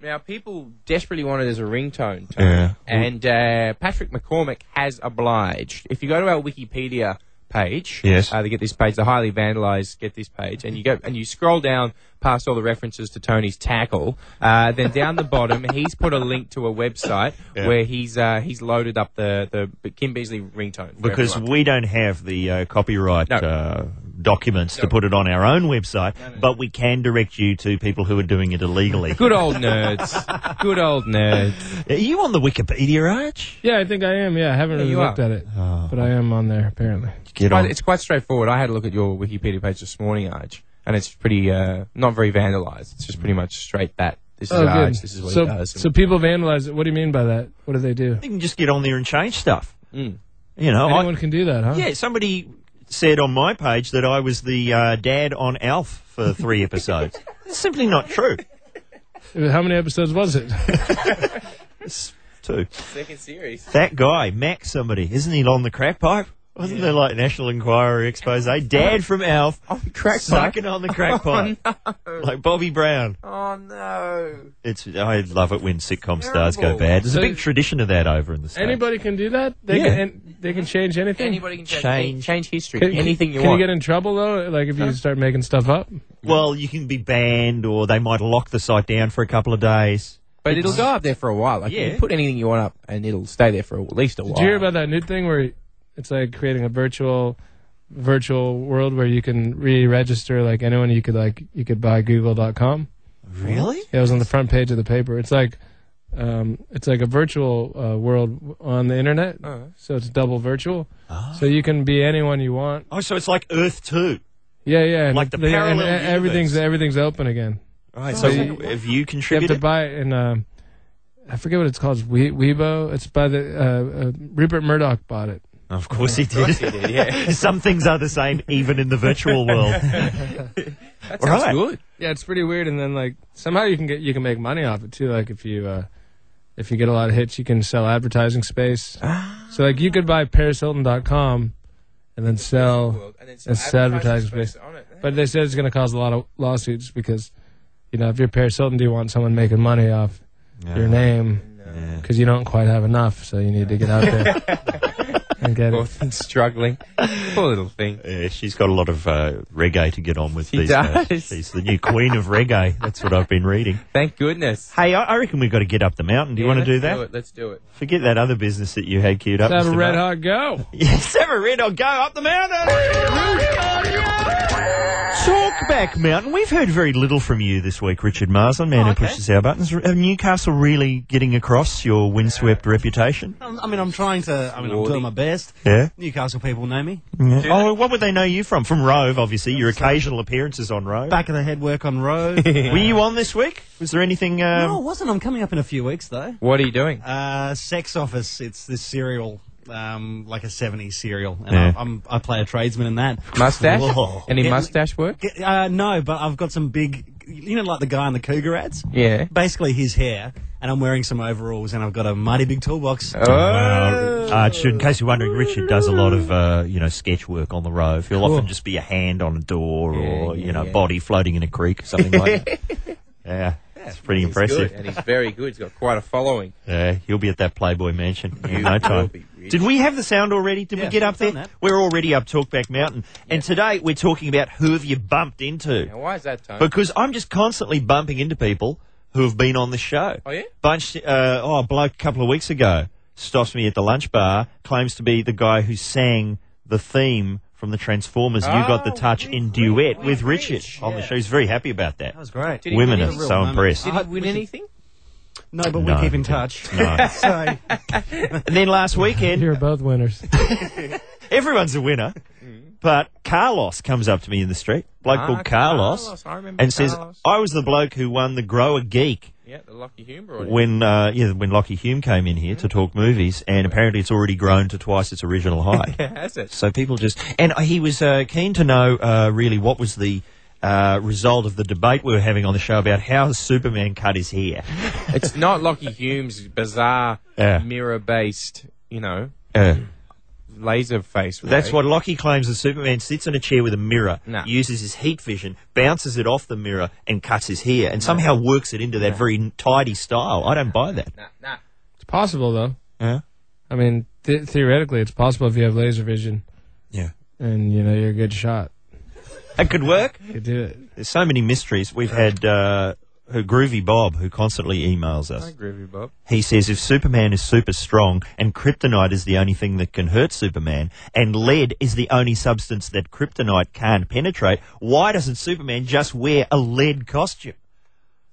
B: now people desperately want it as a ringtone. Tony.
A: Yeah.
B: And uh, Patrick McCormick has obliged. If you go to our Wikipedia page,
A: Yes.
B: uh, they get this page, the highly vandalized get this page, and you go and you scroll down past all the references to Tony's tackle. Uh, then down the bottom, he's put a link to a website
A: Yeah.
B: where he's uh, he's loaded up the the Kim Beasley ringtone for
A: Because
B: everyone.
A: we don't have the uh, copyright
B: No.
A: uh, documents to put it on our own website, but we can direct you to people who are doing it illegally.
B: Good old nerds. Good old nerds.
A: Are you on the Wikipedia, Arch?
C: yeah, I think I am. Yeah, I haven't really
B: you
C: looked
B: are.
C: at it, but I am on there apparently.
A: Get
B: Quite-
A: on.
B: it's quite straightforward. I had a look at your Wikipedia page this morning, Arch, and it's pretty uh, not very vandalized. It's just pretty much straight that this is Arch, Oh, this is what
C: Oh, so,
B: he does.
C: so people vandalize it. What do you mean by that? What do they do?
A: You can just get on there and change stuff.
B: Mm.
A: You know, I-
C: Anyone can do that, huh?
A: Yeah, somebody said on my page that I was the uh, dad on Alf for three episodes. It's simply not true.
C: How many episodes was it?
A: Too.
B: second series.
A: That guy, Max somebody, isn't he on the crack pipe? Wasn't there like National Enquirer expose? Dad from Alf
B: Crack
A: sucking on the crack pipe. Like Bobby Brown.
B: Oh no!
A: It's I love it when sitcom stars go
B: Terrible.
A: bad. There's a
C: So-
A: big tradition of that over in the States.
C: Anybody can do that. They
A: Yeah.
C: can. And they can change anything.
B: Anybody can change
A: Change.
B: change, history.
C: Can-
B: anything you
C: can
B: want.
C: you get in trouble though? Like if you start making stuff up.
A: Well, you can be banned or they might lock the site down for a couple of days.
B: but it'll go up there for a while. Like you
A: Yeah.
B: can put anything you want up, and it'll stay there for at least a while.
C: Did you hear about that new thing where it's like creating a virtual virtual world where you can re-register like anyone you could like you could buy google.com
A: Really?
C: yeah, it was on the front page of the paper it's like um, it's like a virtual uh, world on the internet so it's double virtual so you can be anyone you want
A: Oh, so it's like Earth 2.
C: yeah yeah and
A: Like the
C: they- and
A: parallel
C: e- everything's
A: universe.
C: everything's open again
A: Right, so
C: you-
A: have you
C: you have
A: contributed?
C: to buy it in um, i forget what it's called it's we- weibo it's by the uh, uh, rupert murdoch bought it
A: Of course he did. Some things are the same even in the virtual world.
B: That sounds
A: Right.
B: good.
C: Yeah, it's pretty weird. And then like somehow you can get you can make money off it too. Like if you uh, if you get a lot of hits, you can sell advertising space. so like you could buy ParisHilton.com and then sell.
B: And then
C: It's advertising space.
B: on it.
C: But they said it's going to cause a lot of lawsuits because you know if you're Paris Hilton, do you want someone making money off your name? Because you don't quite have enough, so you need to get out there and get it.
B: Both struggling. Poor little thing.
A: Yeah, she's got a lot of uh, reggae to get on with
B: She
A: these days.
B: does.
A: She's the new queen of reggae. That's what I've been reading.
B: Thank goodness.
A: Hey, I I reckon we've got to get up the mountain. Do you
B: Yeah,
A: want to do
B: let's
A: that?
B: it, Let's do it.
A: Forget that other business that you had queued up.
C: Let's have
A: Mr.
C: a red
A: Mark.
C: hot go.
A: Yes, have a red hot go up the mountain. Talkback Mountain. We've heard very little from you this week, Richard Mars, on Man Who Pushes Our Buttons. Are Newcastle really getting across your windswept reputation?
L: I'm- I mean, I'm trying to. I mean, I'm doing my best.
A: Yeah.
L: Newcastle people know me.
A: Yeah. Oh, what would they know you from? From Rove, obviously. Your occasional appearances on Rove.
L: Back of the head work on road.
A: Were you on this week? Was there anything? Um,
L: no, I wasn't. I'm coming up in a few weeks though.
B: What are you doing?
L: Uh, Sex Office. It's this serial, um, like a '70s serial, and
B: Yeah.
L: I, I'm, I play a tradesman in that.
B: Mustache? Any
L: Get-
B: mustache work?
L: get- uh, no, but I've got some big. You know, like the guy in the cougar ads.
B: Yeah.
L: Basically, his hair, and I'm wearing some overalls, and I've got a mighty big
M: Uh,
L: toolbox.
B: Oh.
A: Well, uh, it should- in case you're wondering, Richard does a lot of uh, you know sketch work on the Rove. He'll often just be a hand on a door or you know body floating in a creek or something like that. Yeah, it's pretty
B: He's
A: impressive.
B: good, and he's very good. He's got quite a following.
A: Yeah, he'll be at that Playboy Mansion in
B: You
A: no
B: will
A: time.
B: be, Rich.
A: Did we have the sound already? Did we
B: Yeah,
A: get up
B: we've
A: there?
B: done that.
A: We're already up Talkback Mountain, and today we're talking about who have you bumped into?
B: Now, why is that, Tony?
A: Because I'm just constantly bumping into people who have been on the show.
B: Oh, yeah?
A: Bunch, uh, oh, a bloke a couple of weeks ago stops me at the lunch bar, claims to be the guy who sang the theme from the Transformers, You Got the
B: Oh,
A: Touch, in duet with Richard on the show. He's very happy about that. That
L: was great. Did he
A: Women
L: win
A: are
L: any- Real
A: so
L: moment.
A: impressed.
B: Did he win anything?
L: No, but we
A: No,
L: keep
A: he
L: in
A: didn't.
L: touch.
A: No.
L: so,
A: And then last weekend.
C: You're both winners.
A: Everyone's a winner. But Carlos comes up to me in the street, bloke
B: Ah,
A: called Carlos,
B: Carlos, I remember
A: and says,
B: Carlos.
A: "I was the bloke who won the Grower Geek
B: Yeah, the Lucky Humber audience.
A: when uh, yeah, when Lockie Hume came in here to talk movies, and apparently it's already grown to twice its original height.
B: Has it?
A: So people just and he was uh, keen to know uh, really what was the uh, result of the debate we were having on the show about how Superman cut his hair.
B: It's not Lockie Hume's bizarre
A: Yeah.
B: mirror-based, you know,
A: Uh,
B: laser face.
A: That's
B: way.
A: what Lockie claims that Superman sits in a chair with a mirror,
B: Nah.
A: uses his heat vision, bounces it off the mirror, and cuts his hair, and somehow works it into that very tidy style. I don't buy that.
C: It's possible though.
A: Yeah.
C: I mean, th- theoretically, it's possible if you have laser vision.
A: Yeah.
C: And you know you're a good shot.
A: That could work.
C: You do it.
A: There's so many mysteries. We've had uh, uh, Groovy Bob, who constantly emails
B: I
A: us.
B: agree with you, Bob.
A: He says if Superman is super strong and kryptonite is the only thing that can hurt Superman, and lead is the only substance that kryptonite can't penetrate, why doesn't Superman just wear a lead costume?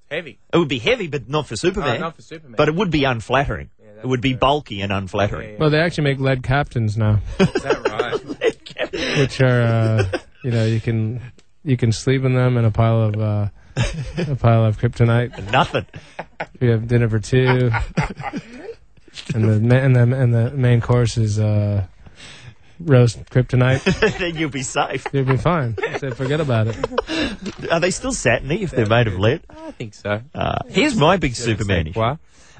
B: Heavy.
A: It would be heavy, but not for Superman.
B: not for Superman.
A: But it would be unflattering. it would be bulky and unflattering.
C: Well, they actually make lead captains now,
B: Is that right?
C: which are uh, you know you can you can sleep in them in a pile of uh, a pile of kryptonite.
A: Nothing.
C: We have dinner for two, and the ma- and the and the main course is uh, roast kryptonite.
A: then you'll be safe.
C: You'll be fine. So forget about it.
A: Are they still satiny if they're made of lead?
B: I think so.
A: Uh, here's my big Superman issue.
B: Why?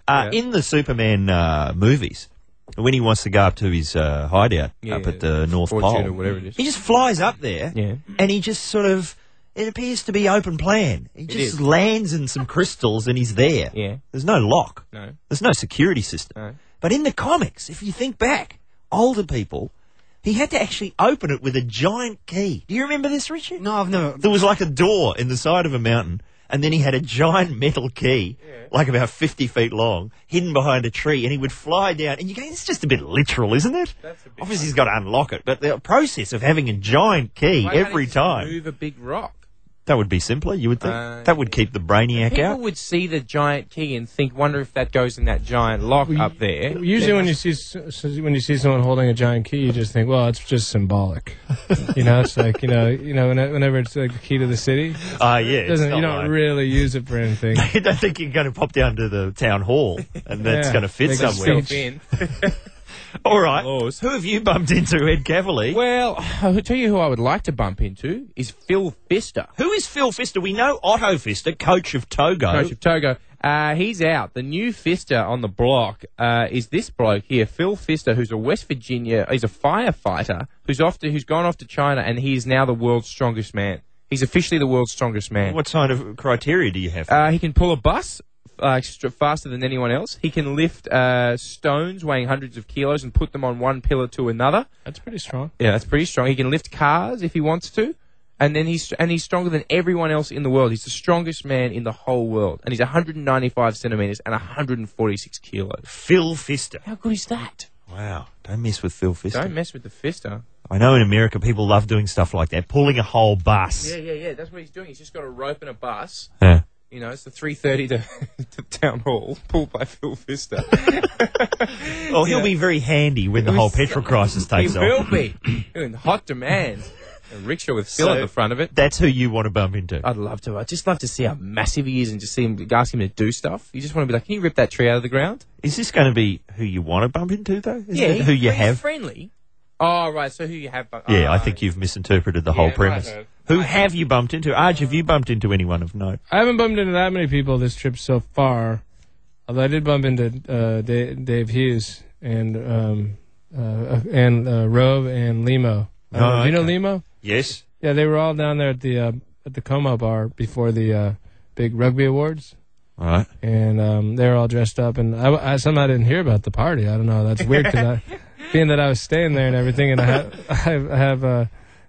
A: Uh,
B: Yeah.
A: In the Superman uh, movies, when he wants to go up to his uh, hideout
B: Yeah,
A: up at the North
B: Fortune
A: Pole,
B: or whatever it is.
A: he just flies up there
B: Yeah.
A: and he just sort of. It appears to be open plan. He
B: is.
A: just lands in some crystals and he's there.
B: Yeah.
A: There's no lock.
B: No.
A: There's no security system.
B: No.
A: But in the comics, if you think back, older people, he had to actually open it with a giant key. Do you remember this, Richard?
L: no, I've never.
A: There was like a door in the side of a mountain, and then he had a giant metal key, like about 50 feet long, hidden behind a tree, and he would fly down. And you go, it's just a bit literal, isn't it?
B: That's a bit
A: Obviously, he's got to unlock it, but the process of having a giant key
B: Why can't
A: every
B: he just
A: time,
B: Move a big rock.
A: that would be simpler, you would think.
B: Uh,
A: that would keep the brainiac
B: People
A: out.
B: would see the giant key and think, wonder if that goes in that giant lock up there.
C: Usually, when you see s- s- when you see someone holding a giant key, you just think, "Well, it's just symbolic." you know, it's like you know, you know, whene- whenever it's like the key to the city,
A: Ah, yeah. it's
C: doesn't
A: not
C: you don't
A: like-
C: really use it for anything.
A: I don't think you're going to pop down to the town hall and that's
C: Yeah.
A: going to fit
C: They can
A: somewhere.
C: still-
B: in.
A: All right.
B: Laws.
A: Who have you bumped into, Ed Cavalier?
B: Well, I'll tell you who I would like to bump into is Phil Fister,
A: Who is Phil Fister? We know Otto Fister, coach of Togo.
B: coach of Togo. Uh, he's out. The new Fister on the block uh, is this bloke here, Phil Fister, who's a West Virginia, he's a firefighter who's off to, who's gone off to China, and he is now the world's strongest man. He's officially the world's strongest man.
A: What kind of criteria do you have?
B: Uh, he can pull a bus uh, extra faster than anyone else. He can lift uh, stones weighing hundreds of kilos and put them on one pillar to another.
C: That's pretty strong.
B: Yeah, that's pretty strong. He can lift cars if he wants to, and then he's and he's stronger than everyone else in the world. He's the strongest man in the whole world, and he's 195 centimeters and 146 kilos.
A: Phil Fister.
B: How good is that?
A: Wow. Don't mess with Phil Fister.
B: Don't mess with the fister.
A: I know in America people love doing stuff like that, pulling a whole bus.
B: Yeah, yeah, yeah. That's what he's doing. He's just got a rope and a bus.
A: Yeah.
B: You know, it's the three thirty to, to town hall, pulled by Phil Fister.
A: Oh, he'll be very handy when the whole petrol crisis takes
B: he
A: off.
B: will be in hot demand. A rickshaw with Phil
A: So,
B: at the front of it.
A: That's who you want to bump into.
B: I'd love to. I'd just love to see how massive he is and just see him ask him to do stuff. You just want to be like, can you rip that tree out of the ground?
A: Is this going to be who you want to bump into, though? Isn't it
B: he-
A: who you
B: he's
A: have?
B: friendly. Oh right, so who you have? But,
A: Yeah,
B: uh,
A: I think you've misinterpreted the whole
B: Yeah, I
A: premise.
B: have.
A: Who have you bumped into? Arj, have you bumped into anyone of note?
C: I haven't bumped into that many people this trip so far, although I did bump into uh, Da- Dave Hughes and um, uh, and uh, Rove and Limo. Uh,
A: Oh,
C: do you know
A: okay.
C: Limo?
A: Yes.
C: Yeah, they were all down there at the uh, at the Como bar before the uh, big rugby awards,
A: All right.
C: and um, they were all dressed up. And I, I somehow didn't hear about the party. I don't know. That's weird because being that I was staying there and everything, and I have I have, I have uh,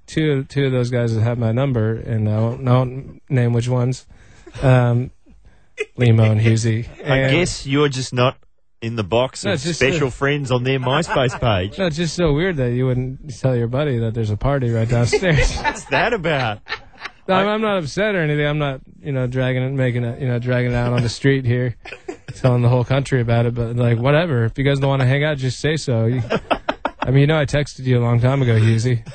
C: two two of those guys that have my number, and I won't, I won't name which ones. Um, Limo and Husey.
A: I
C: And-
A: guess you're just not in the box
C: No,
A: of
C: it's just
A: special
C: a-
A: friends on their MySpace page.
C: No, it's just so weird that you wouldn't tell your buddy that there's a party right downstairs.
A: What's that about?
C: No, I'm, I'm not upset or anything. I'm not, you know, dragging it, making it, you know, dragging it out on the street here, telling the whole country about it. But like, whatever. If you guys don't want to hang out, just say so. You, I mean, you know, I texted you a long time ago, Husey,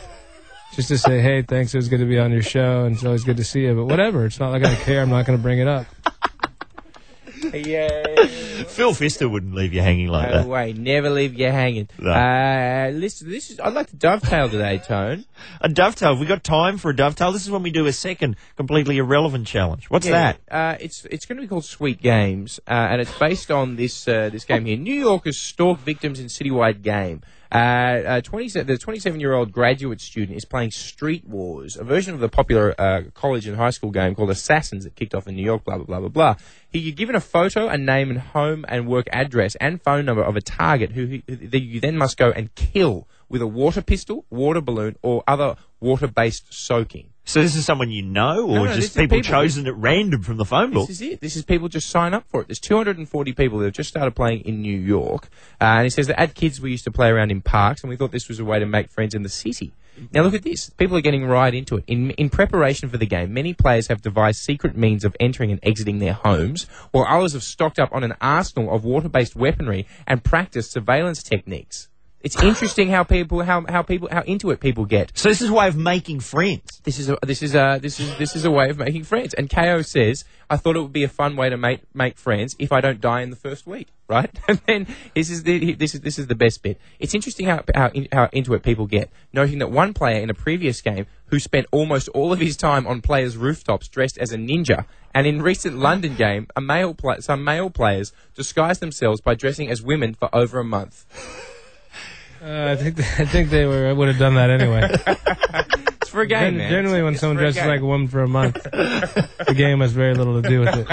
C: just to say, hey, thanks. It was good to be on your show, and it's always good to see you. But whatever. It's not like I care. I'm not going to bring it up.
A: Phil Fister wouldn't leave you hanging like
B: No
A: that.
B: way, never leave you hanging.
A: No.
B: Uh, listen, this is. I'd like to dovetail today, Tone.
A: A dovetail. Have we got time for a dovetail? This is when we do a second completely irrelevant challenge. What's
B: Yeah,
A: that?
B: Uh, it's it's going to be called Sweet Games, uh, and it's based on this uh, this game here. New Yorkers stalk victims in citywide game. Uh, uh, 20, the 27 year old graduate student is playing Street Wars, a version of the popular uh, college and high school game called Assassins that kicked off in New York, blah, blah, blah, blah, blah. He, you're given a photo, a name, and home and work address and phone number of a target who, who that you then must go and kill with a water pistol, water balloon, or other water based soaking.
A: So this is someone you know, or
B: No, no, this
A: just
B: is
A: people,
B: people.
A: chosen at random from the phone book?
B: This is it. This is people just sign up for it. There's 240 people that have just started playing in New York, uh, and he says that at kids we used to play around in parks, and we thought this was a way to make friends in the city. Now look at this. People are getting right into it. In in preparation for the game, many players have devised secret means of entering and exiting their homes, while others have stocked up on an arsenal of water-based weaponry and practiced surveillance techniques. It's interesting how people how, how people how into it people get
A: so this is a way of making friends.
B: this is a this is a this is this is a way of making friends. And Ko says, I thought it would be a fun way to make make friends if I don't die in the first week, right? And then this is the this is this is the best bit. It's interesting how how, in, how into it people get, noting that one player in a previous game who spent almost all of his time on players' rooftops dressed as a ninja. And in recent London game, a male pla some male players disguised themselves by dressing as women for over a month.
C: Uh, I think I think they were would have done that anyway.
B: It's for a game,
C: Gen-
B: man.
C: Generally, when
B: It's
C: someone
B: for a
C: dresses
B: game.
C: like a woman for a month, the game has very little to do with it.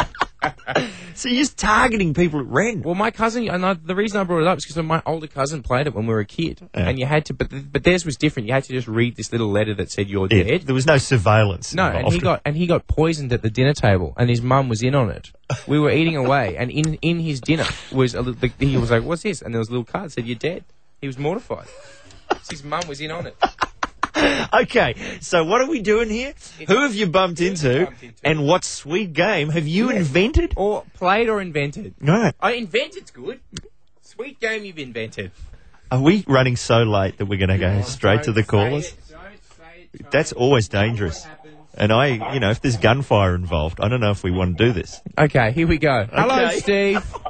A: So you're just targeting people at random.
B: Well, my cousin, and I, the reason I brought it up is because my older cousin played it when we were a kid, and you had to, but but theirs was different. You had to just read this little letter that said you're
A: Yeah,
B: dead.
A: there was no surveillance.
B: No,
A: involved.
B: and he got and he got poisoned at the dinner table, and his mum was in on it. We were eating away, and in in his dinner was a little. the- He was like, "What's this?" And there was a little card that said, "You're dead." He was mortified. His mum was in on it.
A: Okay, so what are we doing here? Who have you bumped into, and what sweet game have you invented?
B: Or played or invented.
A: No,
B: I invented's good. Sweet game you've invented.
A: are we running so late that we're going to go
B: Oh,
A: straight to the callers? That's always dangerous. And I, you know, if there's gunfire involved, I don't know if we want to do this.
B: Okay, here we go. Hello,
A: Okay.
B: Steve.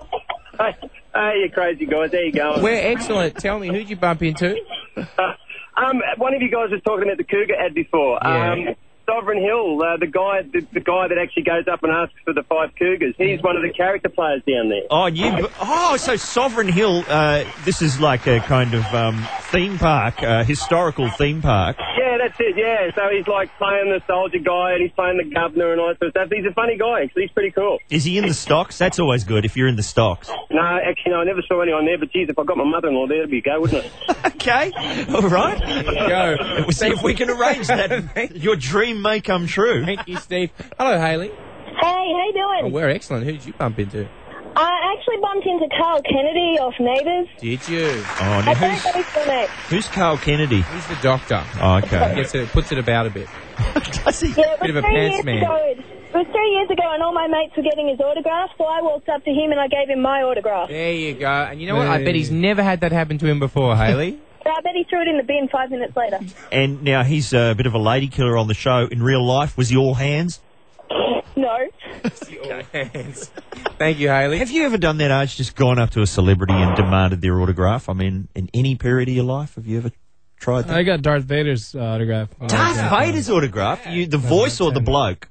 N: Hey, hey, you crazy guys. There you go.
B: We're excellent. Tell me, who'd you bump into?
N: Um, one of you guys was talking about the Cougar ad before.
B: Yeah.
N: Um, Sovereign Hill, uh, the guy, the, the guy that actually goes up and asks for the five Cougars. He's one of the character players down there.
A: Oh, and you, oh, so Sovereign Hill, uh, this is like a kind of um, theme park, uh, historical theme park.
N: Yeah, that's it. Yeah, so he's like playing the soldier guy and he's playing the governor and all that sort of stuff. He's a funny guy. Actually, he's pretty cool.
A: Is he in the stocks? That's always good if you're in the stocks.
N: No, actually, no, I never saw anyone there. But geez, if I got my mother-in-law there, it'd be a go, wouldn't it?
A: Okay, all right.
B: Go.
A: We'll see if we can arrange that. Your dream may come true.
B: Thank you, Steve. Hello, Haley.
O: Hey, how you
B: Oh,
O: doing?
B: we're excellent. Who'd you bump into?
O: I actually bumped into Carl Kennedy off Neighbours.
B: Did you?
A: Oh,
O: I
A: now
O: think
A: who's,
O: that was the next.
A: who's Carl Kennedy?
B: He's the doctor.
A: Oh, okay.
B: Gets it, puts it about a bit.
O: Yeah, it was
B: Bit of
O: three
B: a pants
O: years
B: man.
O: ago. It was three years ago, and all my mates were getting his autograph, so I walked up to him and I gave him my autograph.
B: There you go. And you know what? I bet he's never had that happen to him before, Haley.
O: So I bet he threw it in the bin five minutes later.
A: And now he's a bit of a lady killer on the show. In real life, was he all hands?
O: no.
B: Thank you, Haley.
A: Have you ever done that, Arch? Just gone up to a celebrity and demanded their autograph? I mean, in any period of your life, have you ever tried that?
C: I got Darth Vader's uh, autograph. when I was
A: Darth
C: young.
A: Vader's autograph? You, the voice or the bloke?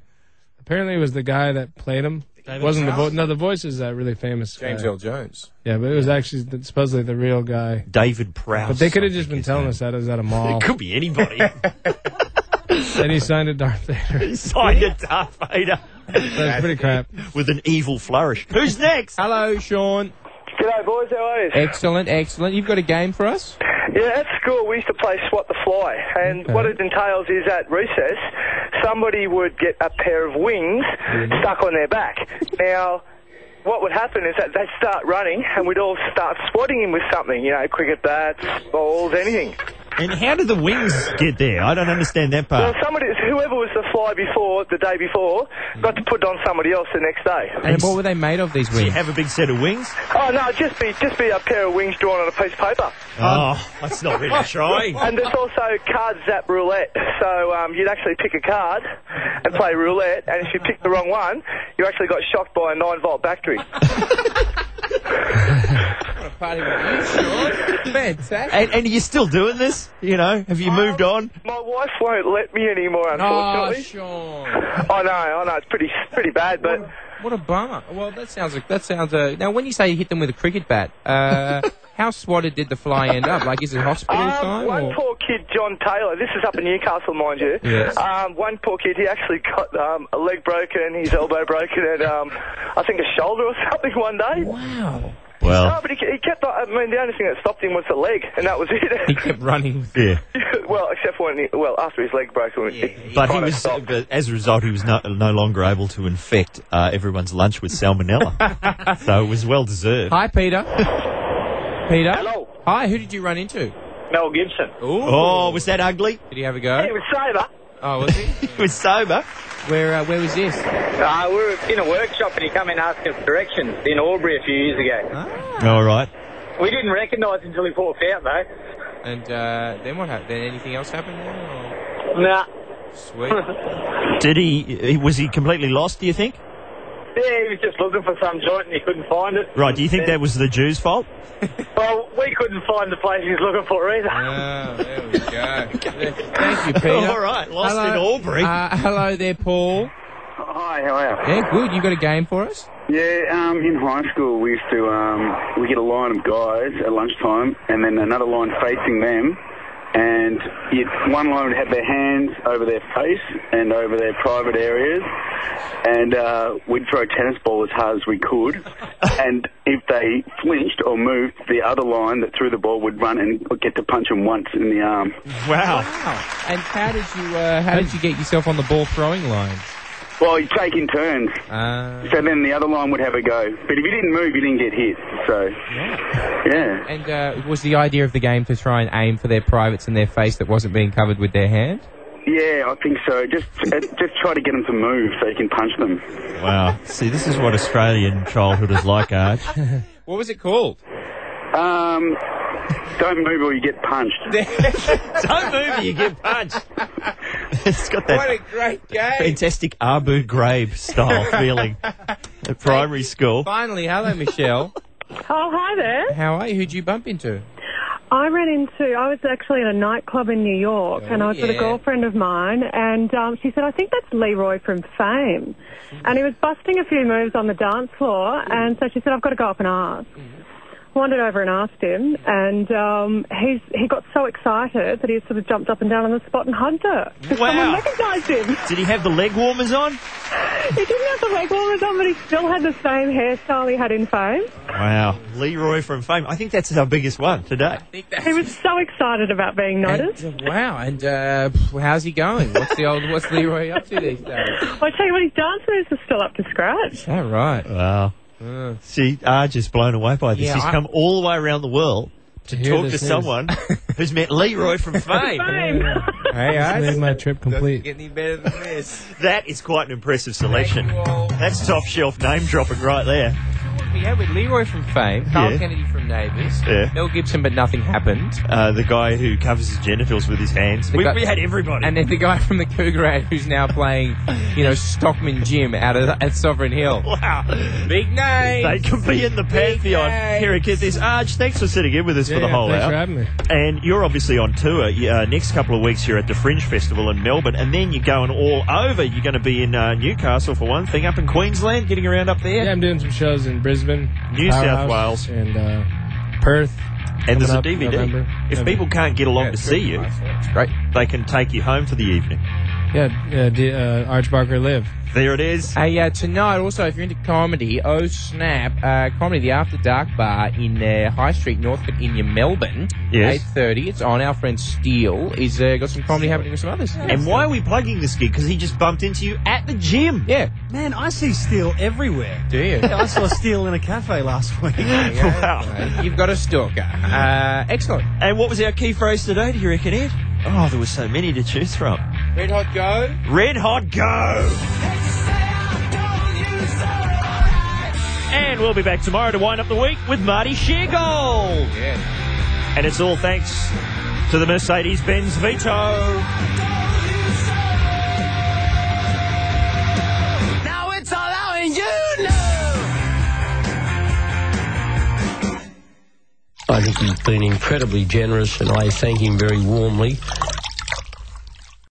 C: Apparently, it was the guy that played him.
B: David
C: Wasn't the
B: Prowse?
C: vo- no? The voice is that really famous. guy.
B: James L. Jones.
C: Yeah, but it was actually th- supposedly the real guy.
A: David Prowse.
C: But they could have just been telling us that it was at a mall.
A: It could be anybody.
C: and he signed it Darth Vader.
A: he signed a Darth Vader.
C: That's pretty crap.
A: With an evil flourish. Who's next?
B: Hello, Sean.
M: G'day, boys. How are you?
B: Excellent, excellent. You've got a game for us?
M: Yeah, at school we used to play Swat the Fly, and what it entails is at recess, somebody would get a pair of wings stuck on their back. Now, what would happen is that they'd start running, and we'd all start swatting him with something, you know, cricket bats, balls, anything.
A: And how do the wings get there? I don't understand that
M: Well,
A: part.
M: somebody, whoever was the fly before, the day before, got to put on somebody else the next day.
B: And what were they made of, these
A: Do you
B: wings?
A: have a big set of wings?
M: Oh no, it'd just be just be a pair of wings drawn on a piece of paper.
A: Oh, that's not really trying.
M: And there's also card zap roulette. So um, you'd actually pick a card and play roulette, and if you picked the wrong one, you actually got shocked by a nine volt battery.
B: Party with you, Sean. Fantastic.
A: And, and are you still doing this? You know, have you moved on?
M: My wife won't let me anymore,
A: Ah,
B: Oh,
M: unfortunately.
B: Sean.
M: I know, I know, it's pretty pretty bad, but
B: What a bummer. Well, that sounds like that sounds. Uh, now, when you say you hit them with a cricket bat, uh, how swatted did the fly end up? Like, is it hospital
M: um,
B: time?
M: one
B: Or?
M: poor kid, John Taylor. This is up in Newcastle, mind you.
B: Yes.
M: Um, one poor kid, he actually got um, a leg broken, his elbow broken, and um, I think a shoulder or something one day.
B: Wow.
M: No, but he, he kept. on- I mean, the only thing that stopped him was the leg, and that was
B: He
M: it.
B: kept running.
A: Yeah.
M: well, except when he, well after his leg broke, when it,
A: But he
M: kinda
A: was,
M: stopped.
A: but as a result, he was no, no longer able to infect uh, everyone's lunch with salmonella. so it was well deserved.
B: Hi, Peter. Peter.
M: Hello.
B: Hi. Who did you run into?
M: Mel Gibson.
B: Ooh.
A: Oh, was that ugly?
B: Did he have a go?
M: He was sober.
B: Oh, was he?
A: He was sober.
B: Where uh, Where was this?
P: Uh, we were in a workshop and he come in asking for directions in Albury a few years ago.
A: All right.
P: We didn't recognise until he walked out though.
B: And uh, then what happened? Then anything else happened? There,
P: Nah.
B: or? Sweet.
A: Did he, he? Was he completely lost? Do you think?
P: Yeah, he was just looking for some joint and he couldn't find it.
A: Right. Do you think that was the Jews' fault?
P: Well, we couldn't find the place he was looking for either.
B: Oh, there we go. Thank you, Peter.
A: All right, lost in Albury.
B: Uh, hello there, Paul.
Q: Hi, how are
B: Yeah, good. You got a game for us?
Q: you? Yeah, um, in high school we used to um, we get a line of guys at lunchtime, and then another line facing them, and you'd, one line would have their hands over their face and over their private areas, and uh, we'd throw a tennis ball as hard as we could, and if they flinched or moved, the other line that threw the ball would run and get to punch them once in the arm.
A: Wow.
B: And how did you uh, How did you get yourself on the ball throwing line?
Q: Well, you take in turns.
B: Uh,
Q: So then the other line would have a go. But if you didn't move, you didn't get hit. So, yeah.
B: and uh, was the idea of the game to try and aim for their privates and their face that wasn't being covered with their hand?
Q: Yeah, I think so. Just uh, just try to get them to move so you can punch them.
A: Wow. See, this is what Australian childhood is like, Arch.
B: What was it called?
Q: Um, don't move or you get punched.
A: Don't move, or you get punched. it's got that.
B: great game!
A: Fantastic Abu Ghraib style feeling at primary school.
B: Finally, hello, Michelle.
R: Oh, hi there.
B: How are you? Who'd you bump into?
R: I ran into, I was actually in a nightclub in New York and I was with
B: Oh, yeah.
R: a girlfriend of mine and um, she said, I think that's Leroy from Fame. And he was busting a few moves on the dance floor and so she said, I've got to go up and ask. Wandered over and asked him and um, he's, he got so excited that he sort of jumped up and down on the spot and hugged her. 'Cause
A: Wow.
R: Someone recognised him.
A: Did he have the leg warmers on?
R: He didn't have the leg warmers on but he still had the same hairstyle he had in Fame.
A: Wow. Leroy from Fame. I think that's our biggest one today.
R: He was so excited about being noticed.
B: And, uh, wow. And uh, pff, how's he going? What's the old? What's Leroy up to these days?
R: I tell you what, his dance moves are still up to scratch.
A: Uh,
B: All right.
A: Wow. Mm. See, Arj is blown away by this.
B: Yeah,
A: He's
B: I-
A: come all the way around the world to
C: hear
A: talk to
C: this news.
A: someone who's met Leroy from Fame.
C: Hey, I made my trip complete.
B: Get any better than this?
A: That is quite an impressive selection. That's top shelf name dropping right there.
B: We had with Leroy from Fame, Carl
A: Yeah.
B: Kennedy from Neighbours,
A: Yeah.
B: Mel Gibson, but nothing happened.
A: Uh, the guy who covers his genitals with his hands.
B: The
A: We,
B: guy-
A: we had everybody.
B: And then the guy from the Cougarette who's now playing, you know, Stockman Jim out of, at Sovereign Hill.
A: Wow.
B: Big name.
A: They could be in the pantheon. Here, get this. Arj, thanks for sitting in with us for the
C: Yeah,
A: whole
C: thanks
A: hour.
C: for having me.
A: And you're obviously on tour. You- Uh, next couple of weeks, you're at the Fringe Festival in Melbourne, and then you're going all over. You're going to be in uh, Newcastle for one thing, up in Queensland, getting around up there.
C: Yeah, I'm doing some shows in Brisbane,
A: New South
C: Powerhouse,
A: Wales.
C: and uh, Perth.
A: And there's a
C: coming
A: DVD.
C: up November.
A: If
C: November.
A: people can't get along to see you,
B: great.
A: they can take you home for the evening.
C: yeah, yeah, D, uh, Arch Barker live.
A: There it is.
B: Hey, uh, tonight also, if you're into comedy, oh snap, uh, comedy the After Dark Bar in uh, High Street, Northcote, in your Melbourne.
A: Yes.
B: Eight thirty. It's on. Our friend Steele is uh, got some comedy happening with some others.
A: And why are we plugging this gig? Because he just bumped into you at the gym.
B: Yeah.
L: Man, I see steel everywhere.
B: Do you?
L: Yeah, I saw steel in a cafe last week.
A: wow.
B: You've got a stalker. Uh, excellent.
A: And what was our key phrase today, do you reckon, Ed? Oh, there were so many to choose from.
B: Red Hot Go.
A: Red Hot Go! And we'll be back tomorrow to wind up the week with Marty Sheargold. Yeah. And it's all thanks to the Mercedes Benz Vito.
S: Now it's all out and you know.
T: I think he's been incredibly generous, and I thank him very warmly